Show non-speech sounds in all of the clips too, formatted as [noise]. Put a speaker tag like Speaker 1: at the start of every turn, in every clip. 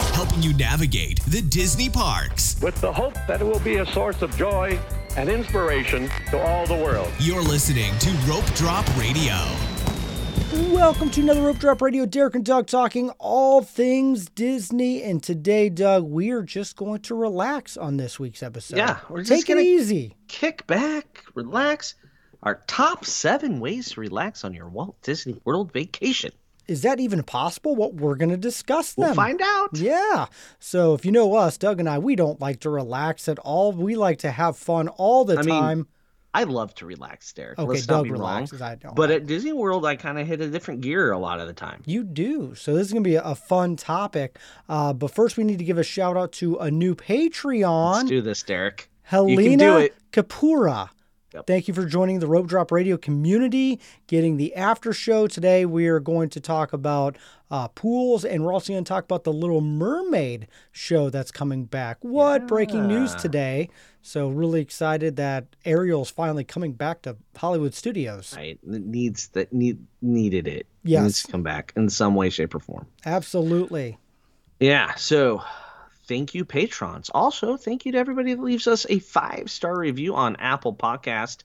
Speaker 1: helping you navigate the Disney parks.
Speaker 2: with the hope that it will be a source of joy and inspiration to all the world.
Speaker 1: You're listening to Rope Drop Radio.
Speaker 3: Welcome to another Rope Drop Radio. Derek and Doug talking all things Disney. And today, Doug, we are just going to relax on this week's episode.
Speaker 4: Yeah, we're just
Speaker 3: take
Speaker 4: gonna-
Speaker 3: it easy.
Speaker 4: kick back, relax. Our top seven ways to relax on your Walt Disney World vacation.
Speaker 3: Is that even possible? What we're going to discuss them?
Speaker 4: We'll find out.
Speaker 3: Yeah. So if you know us, Doug and I, we don't like to relax at all. We like to have fun all the
Speaker 4: I mean,
Speaker 3: time.
Speaker 4: I love to relax, Derek.
Speaker 3: Okay,
Speaker 4: Let's
Speaker 3: Doug
Speaker 4: not be
Speaker 3: relaxes,
Speaker 4: wrong.
Speaker 3: I don't.
Speaker 4: But at Disney World, I kind of hit a different gear a lot of the time.
Speaker 3: You do. So this is going to be a, a fun topic. Uh, but first, we need to give a shout out to a new
Speaker 4: Let's
Speaker 3: Patreon,
Speaker 4: do this, Derek.
Speaker 3: Helena
Speaker 4: You can do it.
Speaker 3: Kapura.
Speaker 4: Yep.
Speaker 3: Thank you for joining the Rope Drop Radio community, getting the after show today. We are going to talk about uh, pools, and we're also going to talk about the Little Mermaid show that's coming back. What breaking news today! So really excited that Ariel's finally coming back to Hollywood studios.
Speaker 4: Right? It needs that need needed it.
Speaker 3: Yes.
Speaker 4: It needs to come back in some way, shape, or form.
Speaker 3: Absolutely.
Speaker 4: Yeah. So thank you, patrons. Also, thank you to everybody that leaves us a five star review on Apple Podcast.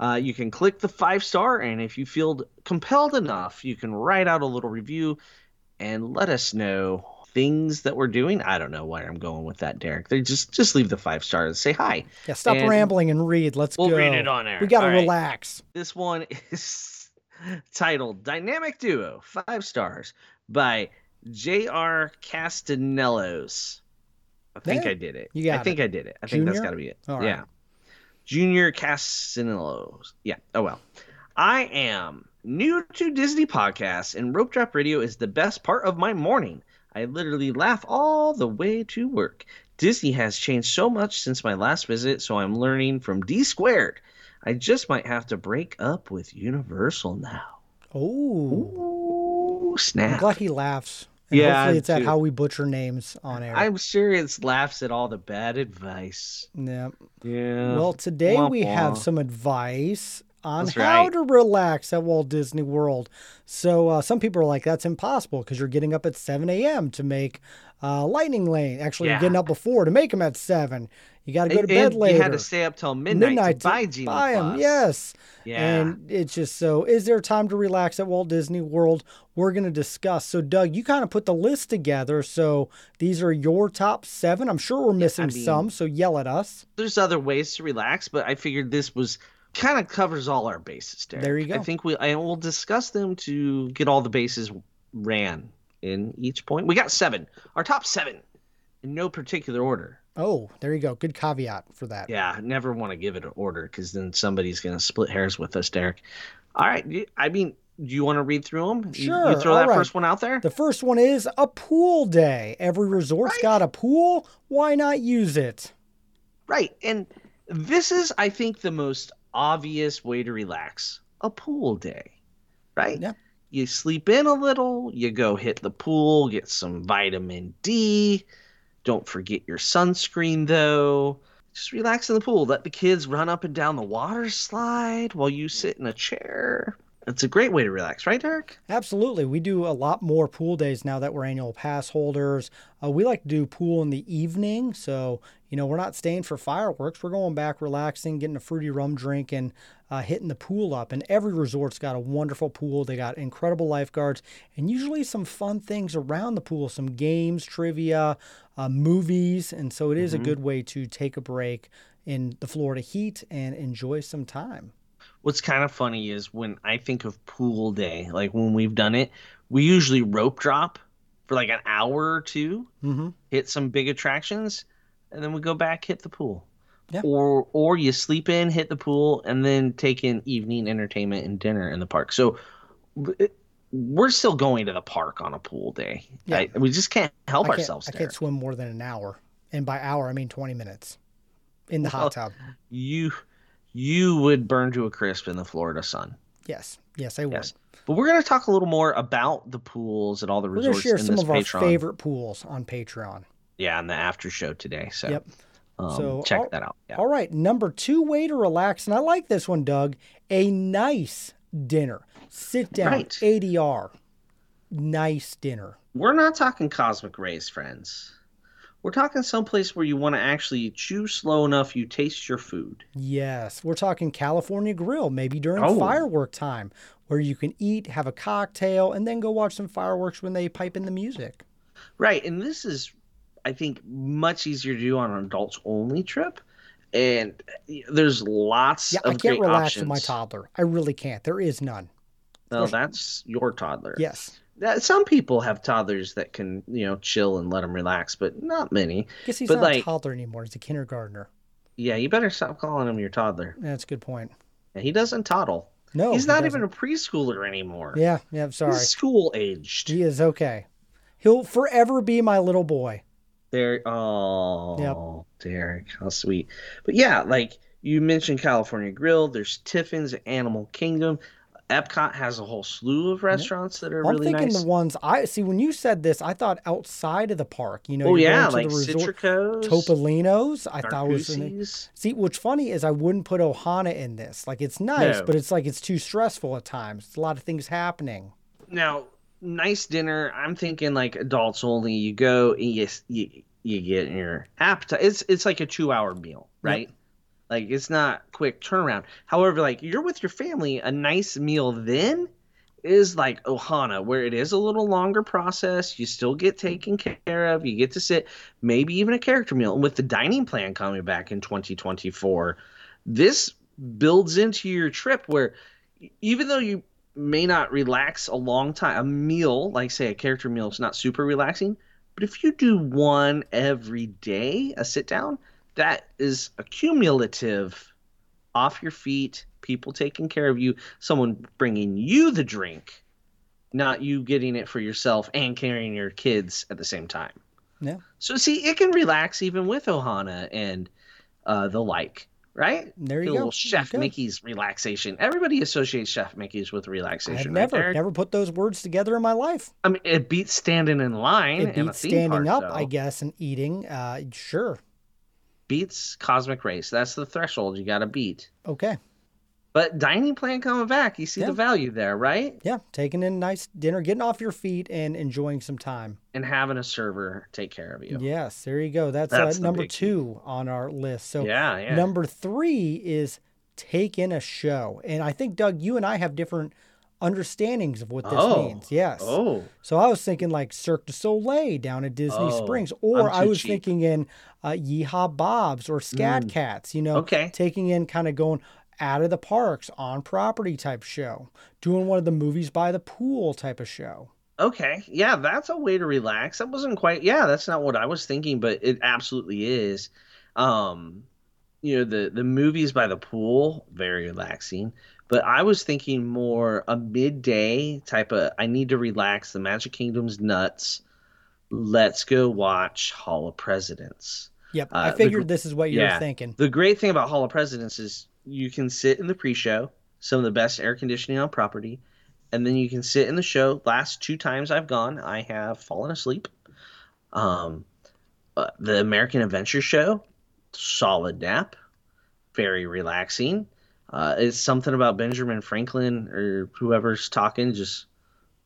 Speaker 4: Uh, you can click the five star, and if you feel compelled enough, you can write out a little review and let us know things that we're doing. I don't know where I'm going with that, Derek. They just just leave the five stars. Say hi.
Speaker 3: Yeah, stop
Speaker 4: And
Speaker 3: rambling and read. Let's
Speaker 4: we'll
Speaker 3: go.
Speaker 4: read it on air.
Speaker 3: We got to
Speaker 4: All right.
Speaker 3: relax.
Speaker 4: This one [laughs] is titled Dynamic Duo, five stars by J.R. Castanellos. I think
Speaker 3: Yeah,
Speaker 4: I did it.
Speaker 3: you got
Speaker 4: I think I did it. I think that's
Speaker 3: Junior?
Speaker 4: got to be it.
Speaker 3: All right.
Speaker 4: Yeah. Junior Castanellos. Yeah. Oh, well. I am new to Disney podcasts, and Rope Drop Radio is the best part of my morning. I literally laugh all the way to work. Disney has changed so much since my last visit, so I'm learning from D squared. I just might have to break up with Universal now.
Speaker 3: Oh,
Speaker 4: Ooh,
Speaker 3: I'm
Speaker 4: snap.
Speaker 3: glad he laughs. And
Speaker 4: Yeah,
Speaker 3: hopefully it's at
Speaker 4: dude.
Speaker 3: how we butcher names on air.
Speaker 4: I'm serious laughs at all the bad advice.
Speaker 3: yeah.
Speaker 4: Yeah.
Speaker 3: Well, today
Speaker 4: Womp
Speaker 3: we have
Speaker 4: womp.
Speaker 3: some advice on
Speaker 4: That's
Speaker 3: how
Speaker 4: right.
Speaker 3: to relax at Walt Disney World. So uh, some people are like, that's impossible because you're getting up at 7 a.m. to make uh, Lightning Lane. Actually, you're
Speaker 4: Yeah.
Speaker 3: getting up before to make them at 7. You got to go to
Speaker 4: And-
Speaker 3: bed
Speaker 4: and
Speaker 3: later.
Speaker 4: You had to stay up till midnight, to buy Genie
Speaker 3: buy 'em,
Speaker 4: Plus.
Speaker 3: Yes.
Speaker 4: Yeah.
Speaker 3: And it's just so, is there time to relax at Walt Disney World? We're going to discuss. So, Doug, you kind of put the list together. So, these are your top seven. I'm sure we're missing
Speaker 4: mean-
Speaker 3: some. So, yell at us.
Speaker 4: There's other ways to relax, but I figured this was kind of covers all our bases, Derek.
Speaker 3: There you
Speaker 4: I
Speaker 3: go.
Speaker 4: think we and we'll discuss them to get all the bases ran in each point. We got seven. Our top seven in no particular order.
Speaker 3: Oh, there you go. Good caveat for that.
Speaker 4: Yeah, I never want to give it an order because then somebody's gonna split hairs with us, Derek. All right. you- I mean, do you want to read through them? You,
Speaker 3: Sure,
Speaker 4: throw
Speaker 3: all
Speaker 4: that
Speaker 3: right.
Speaker 4: first one out there.
Speaker 3: The first one is a pool day. Every resort's got a pool. Why not use it?
Speaker 4: Right. And this is, I think, the most obvious way to relax a pool day, right?
Speaker 3: Yeah.
Speaker 4: You sleep in a little, you go hit the pool, get some vitamin D. Don't forget your sunscreen, though. Just relax in the pool. Let the kids run up and down the water slide while you sit in a chair. It's a great way to relax, right, Derek?
Speaker 3: Absolutely. We do a lot more pool days now that we're annual pass holders. Uh, we like to do pool in the evening. So, you know, we're not staying for fireworks. We're going back, relaxing, getting a fruity rum drink, and uh, hitting the pool up. And every resort's got a wonderful pool. They got incredible lifeguards and usually some fun things around the pool, some games, trivia, uh, movies. And so it is a good way to take a break in the Florida heat and enjoy some time.
Speaker 4: what's kind of funny is when I think of pool day, like when we've done it, we usually rope drop for like an hour or 2
Speaker 3: Mhm.
Speaker 4: hit some big attractions, and then we go back hit the pool.
Speaker 3: Yeah.
Speaker 4: Or or you sleep in, hit the pool, and then take in evening entertainment and dinner in the park. So it- we're still going to the park on a pool day.
Speaker 3: Yeah.
Speaker 4: I- we just can't help
Speaker 3: I can't,
Speaker 4: ourselves.
Speaker 3: I
Speaker 4: there.
Speaker 3: can't swim more than an hour, and by hour I mean twenty minutes in the hot tub.
Speaker 4: You you would burn to a crisp in the Florida sun.
Speaker 3: Yes, yes, I would.
Speaker 4: Yes. But we're going to talk a little more about the pools and all the
Speaker 3: We're gonna
Speaker 4: resorts
Speaker 3: share
Speaker 4: in
Speaker 3: some
Speaker 4: this
Speaker 3: of our
Speaker 4: Patreon.
Speaker 3: favorite pools on Patreon.
Speaker 4: Yeah, in the after show today. So,
Speaker 3: Yep.
Speaker 4: um,
Speaker 3: So,
Speaker 4: check
Speaker 3: all-
Speaker 4: that out. Yeah.
Speaker 3: All right, number two way to relax, and I like this one, Doug. A nice dinner, sit down,
Speaker 4: Right.
Speaker 3: ADR, nice dinner.
Speaker 4: we're not talking cosmic rays, friends. We're talking someplace where you want to actually chew slow enough you taste your food.
Speaker 3: Yes, we're talking California Grill, maybe during
Speaker 4: Oh.
Speaker 3: firework time, where you can eat, have a cocktail, and then go watch some fireworks when they pipe in the music.
Speaker 4: Right, and this is, I think, much easier to do on an adults only trip. And there's lots
Speaker 3: Yeah,
Speaker 4: of
Speaker 3: I can't
Speaker 4: great
Speaker 3: relax
Speaker 4: options.
Speaker 3: with my toddler. I really can't. There is none.
Speaker 4: No, that's your toddler.
Speaker 3: Yes.
Speaker 4: That, some people have toddlers that can, you know, chill and let them relax, but not many.
Speaker 3: Guess he's not
Speaker 4: But,
Speaker 3: a
Speaker 4: like-
Speaker 3: toddler anymore. He's a kindergartner.
Speaker 4: Yeah, you better stop calling him your toddler.
Speaker 3: That's a good point.
Speaker 4: Yeah, he doesn't toddle.
Speaker 3: No,
Speaker 4: He's
Speaker 3: he
Speaker 4: not
Speaker 3: doesn't.
Speaker 4: even a preschooler anymore.
Speaker 3: Yeah, yeah. I'm sorry.
Speaker 4: He's school aged.
Speaker 3: He is okay. He'll forever be my little boy.
Speaker 4: Derek. Oh, Derek, how sweet. But yeah, like you mentioned, California Grill. There's Tiffin's at Animal Kingdom. Epcot has a whole slew of restaurants that are
Speaker 3: I'm
Speaker 4: really
Speaker 3: thinking
Speaker 4: nice.
Speaker 3: the ones I see when you said this, I thought outside of the park. You know,
Speaker 4: oh
Speaker 3: you're
Speaker 4: yeah,
Speaker 3: going
Speaker 4: like
Speaker 3: to the resort
Speaker 4: Citrico's,
Speaker 3: Topolino's. I thought was an, e,
Speaker 4: Narcusi's.
Speaker 3: see. What's funny is I wouldn't put Ohana in this. Like it's nice,
Speaker 4: No.
Speaker 3: but it's like it's too stressful at times. It's a lot of things happening.
Speaker 4: Now, nice dinner. I'm thinking like adults only. You go and you you, you get your appetite. It's it's like a two hour meal, right? Like it's not quick turnaround. However, like you're with your family, a nice meal then is like Ohana, where it is a little longer process. You still get taken care of. You get to sit, maybe even a character meal. And with the dining plan coming back in 2024, this builds into your trip where e-, even though you may not relax a long time, a meal, like say a character meal, is not super relaxing. But if you do one every day, a sit down, that is accumulative off your feet, people taking care of you, someone bringing you the drink, not you getting it for yourself and carrying your kids at the same time.
Speaker 3: Yeah.
Speaker 4: So, see, it can relax even with Ohana and uh, the like, right?
Speaker 3: There you
Speaker 4: the
Speaker 3: go.
Speaker 4: little Chef
Speaker 3: Okay.
Speaker 4: Mickey's relaxation. Everybody associates Chef Mickey's with
Speaker 3: I've
Speaker 4: relaxation. right,
Speaker 3: never
Speaker 4: Derek?
Speaker 3: never put those words together in my life.
Speaker 4: I mean, it beats standing in line.
Speaker 3: It
Speaker 4: in a
Speaker 3: beats
Speaker 4: theme
Speaker 3: standing
Speaker 4: park,
Speaker 3: up,
Speaker 4: though.
Speaker 3: I guess, and eating. Uh, sure.
Speaker 4: Beats Cosmic Race. That's the threshold you got to beat.
Speaker 3: Okay.
Speaker 4: But dining plan coming back, you see
Speaker 3: Yeah.
Speaker 4: the value there, right?
Speaker 3: Yeah, taking in a nice dinner, getting off your feet, and enjoying some time.
Speaker 4: And having a server take care of you.
Speaker 3: Yes, there you go. That's,
Speaker 4: That's
Speaker 3: uh,
Speaker 4: the
Speaker 3: number
Speaker 4: big key.
Speaker 3: two on our list. So
Speaker 4: yeah, yeah.
Speaker 3: number three is take in a show, and I think Doug, you and I have different understandings of what this
Speaker 4: Oh.
Speaker 3: means. Yes.
Speaker 4: Oh,
Speaker 3: So I was thinking like Cirque du Soleil down at Disney
Speaker 4: Oh,
Speaker 3: Springs, or
Speaker 4: I'm
Speaker 3: I
Speaker 4: too
Speaker 3: was
Speaker 4: cheap. Mm.
Speaker 3: thinking in uh, Yeehaw Bob's or Scat Cats. You know,
Speaker 4: Okay.
Speaker 3: taking in kind of going out of the parks on property type show, doing one of the movies by the pool type of show.
Speaker 4: okay. Yeah, that's a way to relax. That wasn't quite. Yeah, that's not what I was thinking, but it absolutely is. Um, you know, the the movies by the pool, very relaxing. But I was thinking more a midday type of. I need to relax. The Magic Kingdom's nuts. Let's go watch Hall of Presidents.
Speaker 3: Yep,
Speaker 4: Uh,
Speaker 3: I
Speaker 4: the
Speaker 3: figured
Speaker 4: gr-
Speaker 3: this is what you were
Speaker 4: yeah.
Speaker 3: thinking.
Speaker 4: The great thing about Hall of Presidents is you can sit in the pre-show, some of the best air conditioning on property, and then you can sit in the show. Last two times I've gone, I have fallen asleep. Um, uh, the American Adventure Show, solid nap, very relaxing. Uh, it's something about Benjamin Franklin or whoever's talking just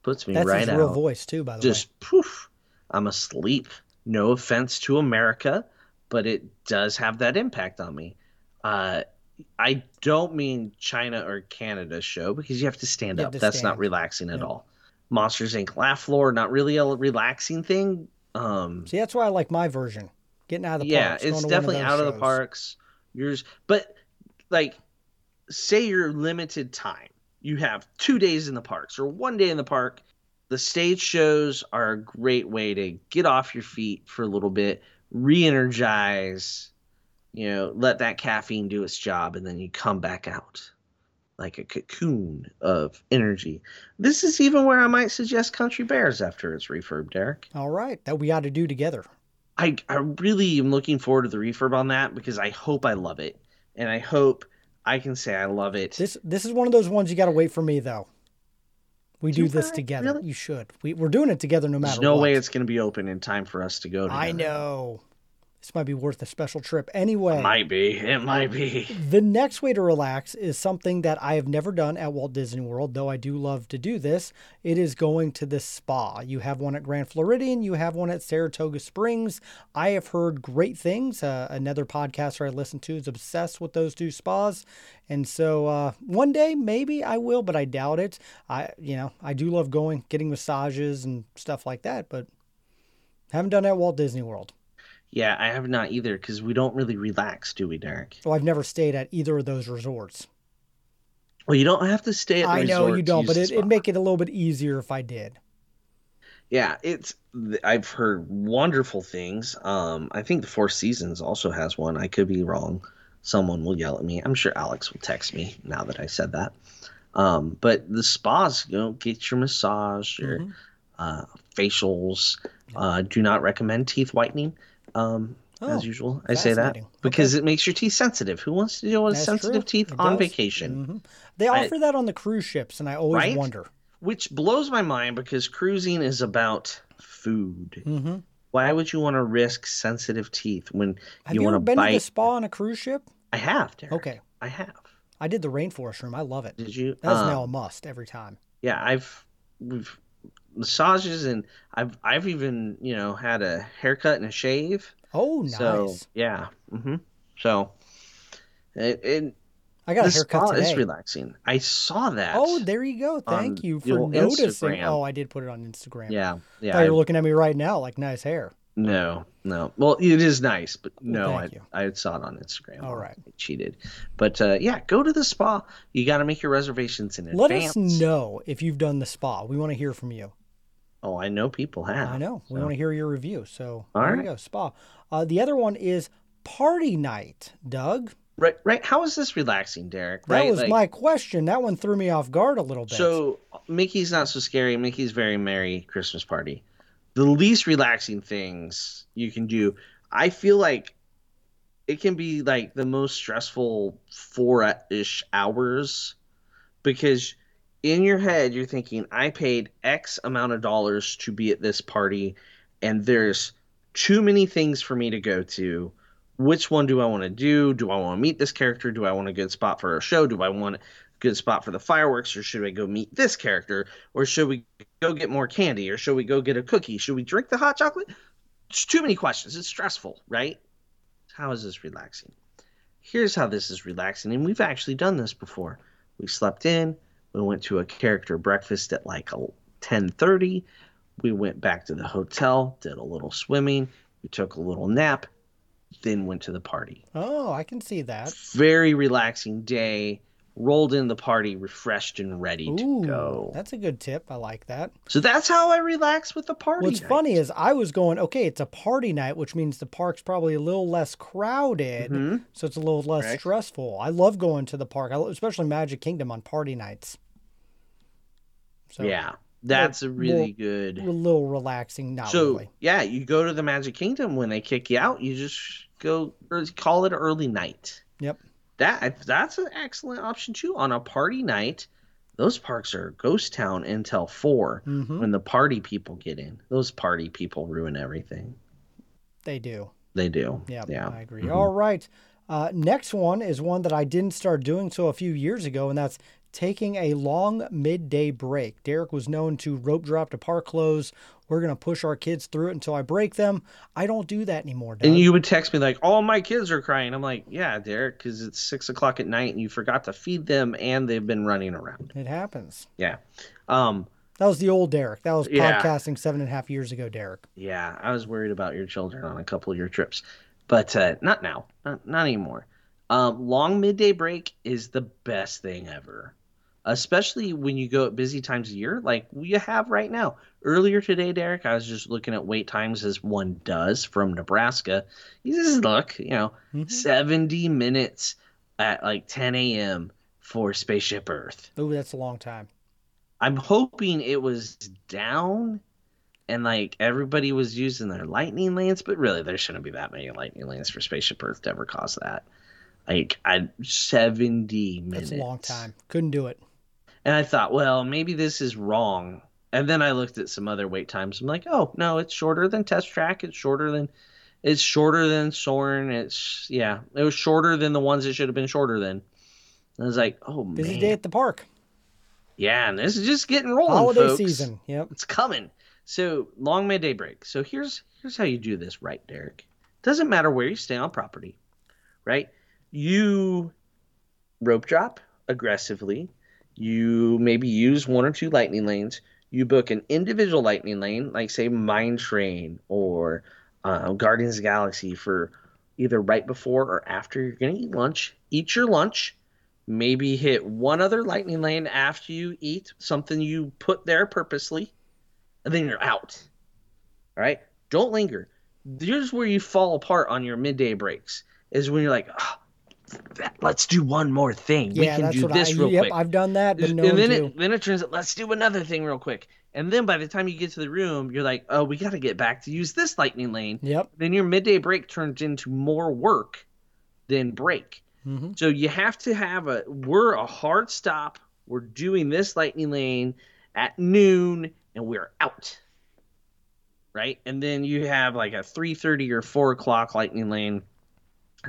Speaker 4: puts me
Speaker 3: That's
Speaker 4: right
Speaker 3: his
Speaker 4: out
Speaker 3: real voice too, by the way.
Speaker 4: just poof, I'm asleep. No offense to America, but it does have that impact on me. Uh, I don't mean China or Canada show because you have to stand
Speaker 3: You have
Speaker 4: up.
Speaker 3: to
Speaker 4: That's
Speaker 3: stand.
Speaker 4: not relaxing at
Speaker 3: Yeah.
Speaker 4: all. Monsters Inc. Laugh Floor, not really a relaxing thing. Um,
Speaker 3: See, that's why I like my version. Getting out of the
Speaker 4: yeah,
Speaker 3: parks. going
Speaker 4: it's
Speaker 3: to one
Speaker 4: definitely
Speaker 3: those
Speaker 4: out of the
Speaker 3: shows.
Speaker 4: parks. Yours, but like, say you're limited time. You have two days in the parks or one day in the park. The stage shows are a great way to get off your feet for a little bit, re-energize. You know, let that caffeine do its job, and then you come back out like a cocoon of energy. This is even where I might suggest Country Bears after it's refurb, Derek.
Speaker 3: All right, that we ought to do together.
Speaker 4: I I really am looking forward to the refurb on that because I hope I love it, and I hope I can say I love it.
Speaker 3: This this is one of those ones you got to wait for me though. We do,
Speaker 4: Do
Speaker 3: this
Speaker 4: I?
Speaker 3: together.
Speaker 4: Really?
Speaker 3: You should. We we're doing it together no matter
Speaker 4: There's no
Speaker 3: what.
Speaker 4: way it's going to be open in time for us to go.
Speaker 3: I
Speaker 4: together.
Speaker 3: know. This might be worth a special trip. Anyway,
Speaker 4: Might be. It might be.
Speaker 3: the next way to relax is something that I have never done at Walt Disney World, though I do love to do this. It is going to the spa. You have one at Grand Floridian, you have one at Saratoga Springs. I have heard great things. Uh, another podcaster I listen to is obsessed with those two spas. And so uh, one day, maybe I will, but I doubt it. I, you know, I do love going, getting massages and stuff like that, but haven't done it at Walt Disney World.
Speaker 4: Yeah, I have not either because we don't really relax, do we, Derek?
Speaker 3: So I've never stayed at either of those resorts.
Speaker 4: Well, you don't have to stay at the
Speaker 3: I know
Speaker 4: resort
Speaker 3: you
Speaker 4: to
Speaker 3: don't,
Speaker 4: use
Speaker 3: but
Speaker 4: the
Speaker 3: it,
Speaker 4: spa.
Speaker 3: it'd make it a little bit easier if I did.
Speaker 4: Yeah, it's I've heard wonderful things. Um, I think the Four Seasons also has one. I could be wrong. Someone will yell at me. I'm sure Alex will text me now that I said that. Um, but the spas, you know, get your massage, your
Speaker 3: Mm-hmm.
Speaker 4: uh, facials. Uh, do not recommend teeth whitening. Um, as
Speaker 3: Oh,
Speaker 4: usual, I say that
Speaker 3: fascinating.
Speaker 4: because it makes your teeth sensitive. Who wants to deal with
Speaker 3: That's
Speaker 4: sensitive
Speaker 3: true.
Speaker 4: teeth
Speaker 3: It
Speaker 4: on
Speaker 3: does. Mm. Mm-hmm.
Speaker 4: vacation?
Speaker 3: They
Speaker 4: I-
Speaker 3: offer that on the cruise ships, and I always
Speaker 4: Right?
Speaker 3: wonder.
Speaker 4: Which blows my mind because cruising is about food.
Speaker 3: Mm-hmm.
Speaker 4: Why would you want to risk sensitive teeth when
Speaker 3: Have
Speaker 4: you,
Speaker 3: you, ever
Speaker 4: want to
Speaker 3: been to the
Speaker 4: bite?
Speaker 3: spa on a cruise ship?
Speaker 4: I have, Derek.
Speaker 3: Okay,
Speaker 4: I have.
Speaker 3: I did the rainforest room. I love it.
Speaker 4: Did you?
Speaker 3: That's
Speaker 4: Um,
Speaker 3: now a must every time.
Speaker 4: Yeah, I've we've massages and I've I've even you know had a haircut and a shave.
Speaker 3: Oh, nice!
Speaker 4: So yeah. hmm So it, it
Speaker 3: I got a
Speaker 4: the
Speaker 3: haircut
Speaker 4: spa
Speaker 3: today.
Speaker 4: is relaxing. I saw that.
Speaker 3: Oh, there you go. Thank
Speaker 4: on
Speaker 3: you
Speaker 4: your
Speaker 3: for noticing.
Speaker 4: Instagram.
Speaker 3: Oh, I did put it on Instagram.
Speaker 4: yeah, yeah.
Speaker 3: Thought you
Speaker 4: I-
Speaker 3: were looking at me right now, like nice hair.
Speaker 4: No, no. Well, it is nice, but no, I,
Speaker 3: thank you.
Speaker 4: I saw it on Instagram.
Speaker 3: All right.
Speaker 4: I cheated. But uh, yeah, go to the spa. You got to make your reservations in
Speaker 3: Let
Speaker 4: advance.
Speaker 3: us know if you've done the spa. We want to hear from you.
Speaker 4: Oh, I know people have.
Speaker 3: I know. We
Speaker 4: so-
Speaker 3: want to hear your review. So
Speaker 4: All
Speaker 3: there you
Speaker 4: right.
Speaker 3: go. Spa. Uh, the other one is party night, Doug.
Speaker 4: Right, right. How is this relaxing, Derek?
Speaker 3: That
Speaker 4: right?
Speaker 3: was
Speaker 4: Like,
Speaker 3: my question. That one threw me off guard a little bit.
Speaker 4: So Mickey's not so scary. Mickey's very merry Christmas party. The least relaxing things you can do. I feel like it can be like the most stressful four ish hours because in your head you're thinking I paid X amount of dollars to be at this party, and there's too many things for me to go to. Which one do I want to do? Do I want to meet this character? Do I want a good spot for a show? Do I want good spot for the fireworks or should we go meet this character or should we go get more candy or should we go get a cookie should we drink the hot chocolate it's too many questions it's stressful right how is this relaxing here's how this is relaxing and we've actually done this before we slept in we went to a character breakfast at like 10:30 we went back to the hotel did a little swimming we took a little nap then went to the party
Speaker 3: oh, I can see that.
Speaker 4: very relaxing day. Rolled in the party, refreshed and ready
Speaker 3: Ooh,
Speaker 4: to go.
Speaker 3: that's a good tip. I like that.
Speaker 4: So that's how I relax with the party.
Speaker 3: What's
Speaker 4: night.
Speaker 3: funny is I was going, okay, it's a party night, which means the park's probably a little less crowded,
Speaker 4: Mhm.
Speaker 3: so it's a little less
Speaker 4: Correct.
Speaker 3: stressful. I love going to the park, I lo- especially Magic Kingdom on party nights. So
Speaker 4: yeah, that's a really
Speaker 3: more-
Speaker 4: good.
Speaker 3: a little relaxing, not
Speaker 4: so
Speaker 3: really.
Speaker 4: yeah, you go to the Magic Kingdom when they kick you out. You just go or call it early night.
Speaker 3: Yep.
Speaker 4: That that's an excellent option too. On a party night, those parks are ghost town until 4
Speaker 3: Mhm.
Speaker 4: when the party people get in. Those party people ruin everything.
Speaker 3: They do.
Speaker 4: They do.
Speaker 3: Yeah,
Speaker 4: Yeah.
Speaker 3: I agree.
Speaker 4: Mhm.
Speaker 3: All right. Uh, next one is one that I didn't start doing so a few years ago, and that's taking a long midday break. Derek was known to rope drop to park close. We're going to push our kids through it until I break them. I don't do that anymore, Doug.
Speaker 4: And you would text me like, "All my kids are crying." I'm like, "Yeah, Derek, because it's six o'clock at night and you forgot to feed them, and they've been running around."
Speaker 3: it happens.
Speaker 4: Yeah, um,
Speaker 3: That was the old Derek. That was
Speaker 4: Yeah.
Speaker 3: podcasting seven and a half years ago, Derek.
Speaker 4: yeah. I was worried about your children on a couple of your trips, but uh, not now, not, not anymore. Um, long midday break is the best thing ever, especially when you go at busy times of year, like you have right now. Earlier today, Derek, I was just looking at wait times as one does from Nebraska. You just look, you know.
Speaker 3: Mhm.
Speaker 4: 70 minutes at like 10 a.m. for Spaceship Earth.
Speaker 3: Ooh, that's a long time.
Speaker 4: I'm hoping it was down and like everybody was using their lightning lanes, but really there shouldn't be that many lightning lanes for Spaceship Earth to ever cause that. Like I 70 minutes.
Speaker 3: That's a long time. Couldn't do it.
Speaker 4: And I thought, well, maybe this is wrong. And then I looked at some other wait times. I'm like, oh no, it's shorter than Test Track. It's shorter than It's shorter than Soren. It's yeah, it was shorter than the ones it should have been shorter than. And I was like, oh
Speaker 3: Busy
Speaker 4: man,
Speaker 3: day at the park.
Speaker 4: yeah, and this is just getting rolling.
Speaker 3: Holiday
Speaker 4: folks.
Speaker 3: season. Yep.
Speaker 4: It's coming. So long may day break. So here's here's how you do this right, Derek. Doesn't matter where you stay on property, right? You rope drop aggressively. You maybe use one or two lightning lanes. You book an individual lightning lane, like say Mine Train or uh, Guardians of the Galaxy, for either right before or after you're gonna eat lunch. Eat your lunch maybe hit one other lightning lane after you eat something you put there purposely, and then you're out. All right? Don't linger. Here's where you fall apart on your midday breaks is when you're like, "Ah, that- let's do one more thing. we
Speaker 3: Yeah,
Speaker 4: can
Speaker 3: that's
Speaker 4: do
Speaker 3: what
Speaker 4: this
Speaker 3: I.
Speaker 4: real
Speaker 3: yep,
Speaker 4: quick.
Speaker 3: I've done that, but
Speaker 4: And
Speaker 3: no one
Speaker 4: then
Speaker 3: do.
Speaker 4: it, then it turns out, let's do another thing real quick. And then by the time you get to the room, you're like, oh, we got to get back to use this lightning lane.
Speaker 3: Yep.
Speaker 4: Then your midday break turns into more work than break.
Speaker 3: hmm
Speaker 4: So you have to have a we're a hard stop. We're doing this lightning lane at noon and we're out. Right? And then you have like a three thirty or four o'clock lightning lane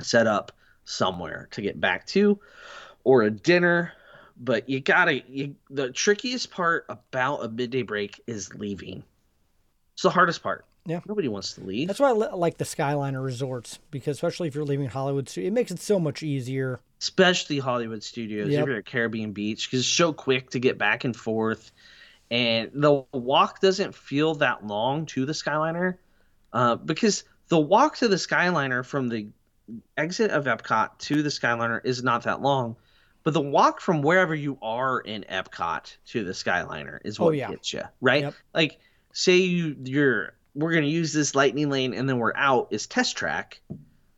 Speaker 4: set up somewhere to get back to or a dinner. But you gotta you, the trickiest part about a midday break is leaving. It's the hardest part.
Speaker 3: Yeah.
Speaker 4: Nobody wants to leave.
Speaker 3: That's why I li- like the Skyliner resorts because especially if you're leaving Hollywood, so it makes it so much easier.
Speaker 4: especially Hollywood studios
Speaker 3: Yep.
Speaker 4: if you're at Caribbean Beach because it's so quick to get back and forth, and the walk doesn't feel that long to the Skyliner, uh, because the walk to the Skyliner from the exit of Epcot to the Skyliner is not that long, but the walk from wherever you are in Epcot to the Skyliner is
Speaker 3: Oh,
Speaker 4: what
Speaker 3: yeah.
Speaker 4: gets you right.
Speaker 3: Yep.
Speaker 4: Like say you you're we're gonna use this lightning lane and then we're out is test track.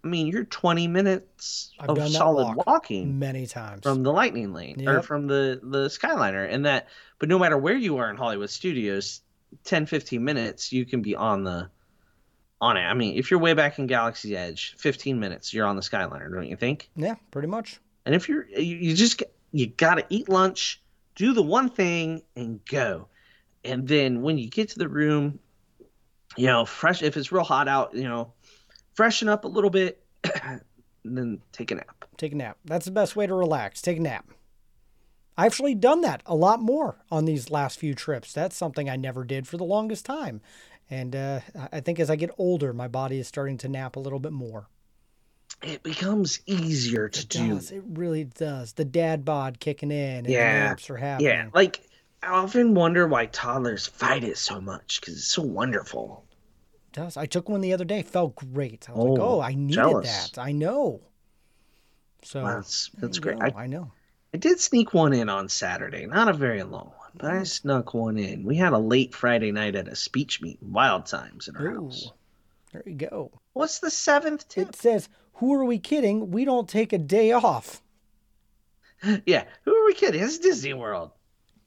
Speaker 4: I mean, you're 20 minutes
Speaker 3: I've
Speaker 4: of
Speaker 3: done that
Speaker 4: solid
Speaker 3: walk.
Speaker 4: walking
Speaker 3: Many times.
Speaker 4: from the lightning lane or
Speaker 3: Mm. Yep.
Speaker 4: from the the skyliner and that but no matter where you are in hollywood studios 10 15 minutes you can be on the on it i mean if you're way back in galaxy's edge 15 minutes you're on the skyliner don't you think
Speaker 3: yeah, pretty much.
Speaker 4: and if you're you, you just you gotta eat lunch do the one thing and go and then when you get to the room you know fresh if it's real hot out you know freshen up a little bit [coughs] and then take a nap
Speaker 3: Take a nap. That's the best way to relax. Take a nap. I've actually done that a lot more on these last few trips. That's something I never did for the longest time. And uh, I- I think as I get older, my body is starting to nap a little bit more.
Speaker 4: it becomes easier to
Speaker 3: It
Speaker 4: do.
Speaker 3: does. It really does. The dad bod kicking in and
Speaker 4: Yeah.
Speaker 3: the naps are happening.
Speaker 4: Yeah, like I often wonder why toddlers fight it so much because it's so wonderful.
Speaker 3: does. I took one the other day. Felt great. I was like,
Speaker 4: Oh,
Speaker 3: oh, I needed
Speaker 4: jealous.
Speaker 3: that. I know. So
Speaker 4: Wow, that's
Speaker 3: there
Speaker 4: that's
Speaker 3: you
Speaker 4: great.
Speaker 3: go.
Speaker 4: I,
Speaker 3: Oh, I, know.
Speaker 4: I did sneak one in on Saturday, not a very long one, but
Speaker 3: Mm.
Speaker 4: I snuck one in. We had a late Friday night at a speech meet, wild times in our
Speaker 3: Ooh,
Speaker 4: house.
Speaker 3: there you go.
Speaker 4: What's the seventh tip?
Speaker 3: It says, "Who are we kidding? We don't take a day off."
Speaker 4: yeah, who are we kidding? It's Disney World.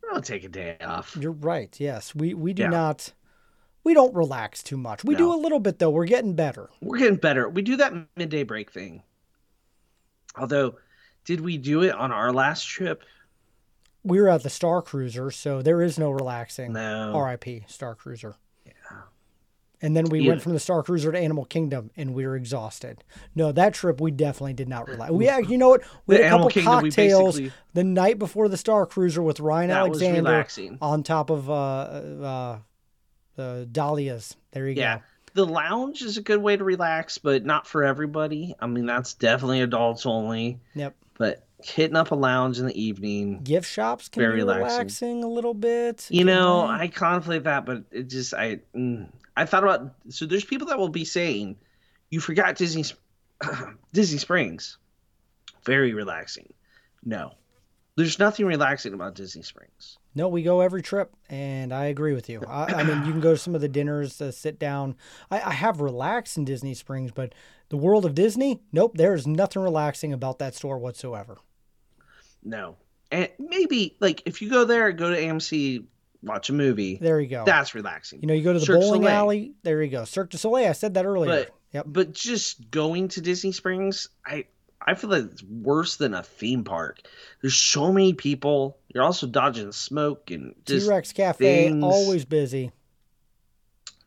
Speaker 4: We don't take a day off.
Speaker 3: You're right. Yes, we we do
Speaker 4: Yeah.
Speaker 3: not. We don't relax too much. We do a
Speaker 4: No.
Speaker 3: little bit though. We're getting better.
Speaker 4: We're getting better. We do that midday break thing. Although, did we do it on our last trip?
Speaker 3: We were at the Star Cruiser, so there is no relaxing.
Speaker 4: No.
Speaker 3: R.I.P. Star Cruiser. Yeah. And then we
Speaker 4: Yeah.
Speaker 3: went from the Star Cruiser to Animal Kingdom, and we were exhausted. No, that trip we definitely did not relax. We, act- you know what? We had
Speaker 4: The
Speaker 3: a
Speaker 4: Animal
Speaker 3: couple
Speaker 4: Kingdom, we
Speaker 3: cocktails
Speaker 4: basically-
Speaker 3: the night before the Star Cruiser with Ryan
Speaker 4: That was
Speaker 3: Alexander
Speaker 4: relaxing.
Speaker 3: on top of uh, uh, the dahlias. There you
Speaker 4: Yeah.
Speaker 3: go.
Speaker 4: The lounge is a good way to relax, but not for everybody. I mean, that's definitely adults only.
Speaker 3: Yep.
Speaker 4: But hitting up a lounge in the evening,
Speaker 3: Gift shops can
Speaker 4: Very
Speaker 3: be
Speaker 4: relaxing.
Speaker 3: relaxing. a little bit.
Speaker 4: you know,
Speaker 3: can
Speaker 4: I contemplate that, but it just I mm, I thought about so there's people that will be saying, "You forgot Disney Sp- [clears throat] Disney Springs, very relaxing." No, there's nothing relaxing about Disney Springs.
Speaker 3: No, we go every trip, and I agree with you. I, I mean, you can go to some of the dinners, uh, sit down. I, I have relaxed in Disney Springs, but the world of Disney, nope, there is nothing relaxing about that store whatsoever.
Speaker 4: No, and maybe like if you go there, go to AMC, watch a movie.
Speaker 3: There you go.
Speaker 4: That's relaxing.
Speaker 3: you know, you go to the
Speaker 4: Cirque du
Speaker 3: bowling
Speaker 4: Soleil.
Speaker 3: alley. There you go. Cirque du Soleil. I said that earlier.
Speaker 4: But-
Speaker 3: yep.
Speaker 4: but just going to Disney Springs, I I feel like it's worse than a theme park. There's so many people. You're also dodging smoke and
Speaker 3: T
Speaker 4: just
Speaker 3: Rex Cafe,
Speaker 4: things-
Speaker 3: always busy.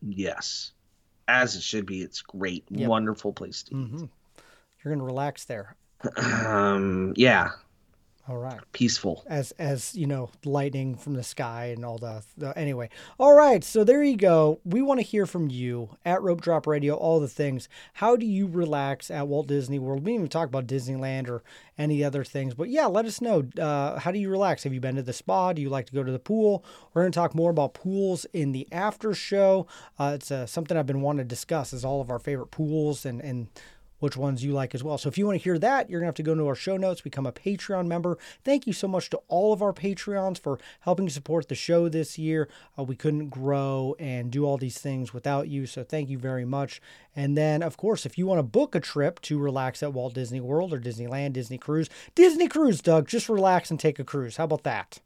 Speaker 4: yes, as it should be. It's great,
Speaker 3: Yep.
Speaker 4: wonderful place to.
Speaker 3: hmm You're gonna relax there.
Speaker 4: Um, yeah,
Speaker 3: All right.
Speaker 4: peaceful.
Speaker 3: as as you know lightning from the sky and all the, the anyway all right so there you go we want to hear from you at rope drop radio all the things how do you relax at walt disney world we didn't even talk about disneyland or any other things but yeah let us know uh, how do you relax have you been to the spa do you like to go to the pool we're going to talk more about pools in the after show uh, it's uh, something i've been wanting to discuss is all of our favorite pools and and which ones you like as well. So if you want to hear that, you're going to have to go into our show notes, become a Patreon member. Thank you so much to all of our Patreons for helping support the show this year. Uh, we couldn't grow and do all these things without you, so thank you very much. And then, of course, if you want to book a trip to relax at Walt Disney World or Disneyland, Disney Cruise, Disney Cruise, Doug, just relax and take a cruise. How about that?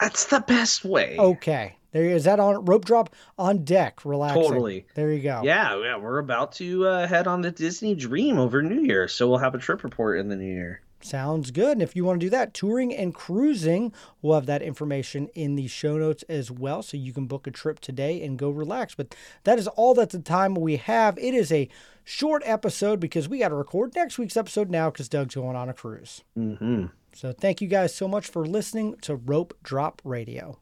Speaker 4: That's the best way.
Speaker 3: Okay. There you- is that on rope drop on deck. Relaxing.
Speaker 4: Totally.
Speaker 3: There you go.
Speaker 4: Yeah, yeah, we're about to uh, head on the Disney Dream over New Year, so we'll have a trip report in the new year.
Speaker 3: Sounds good. And if you want to do that, touring and cruising, we'll have that information in the show notes as well. So you can book a trip today and go relax. But that is all that the time we have. It is a short episode because we got to record next week's episode now because Doug's going on a cruise.
Speaker 4: hmm
Speaker 3: So thank you guys so much for listening to Rope Drop Radio.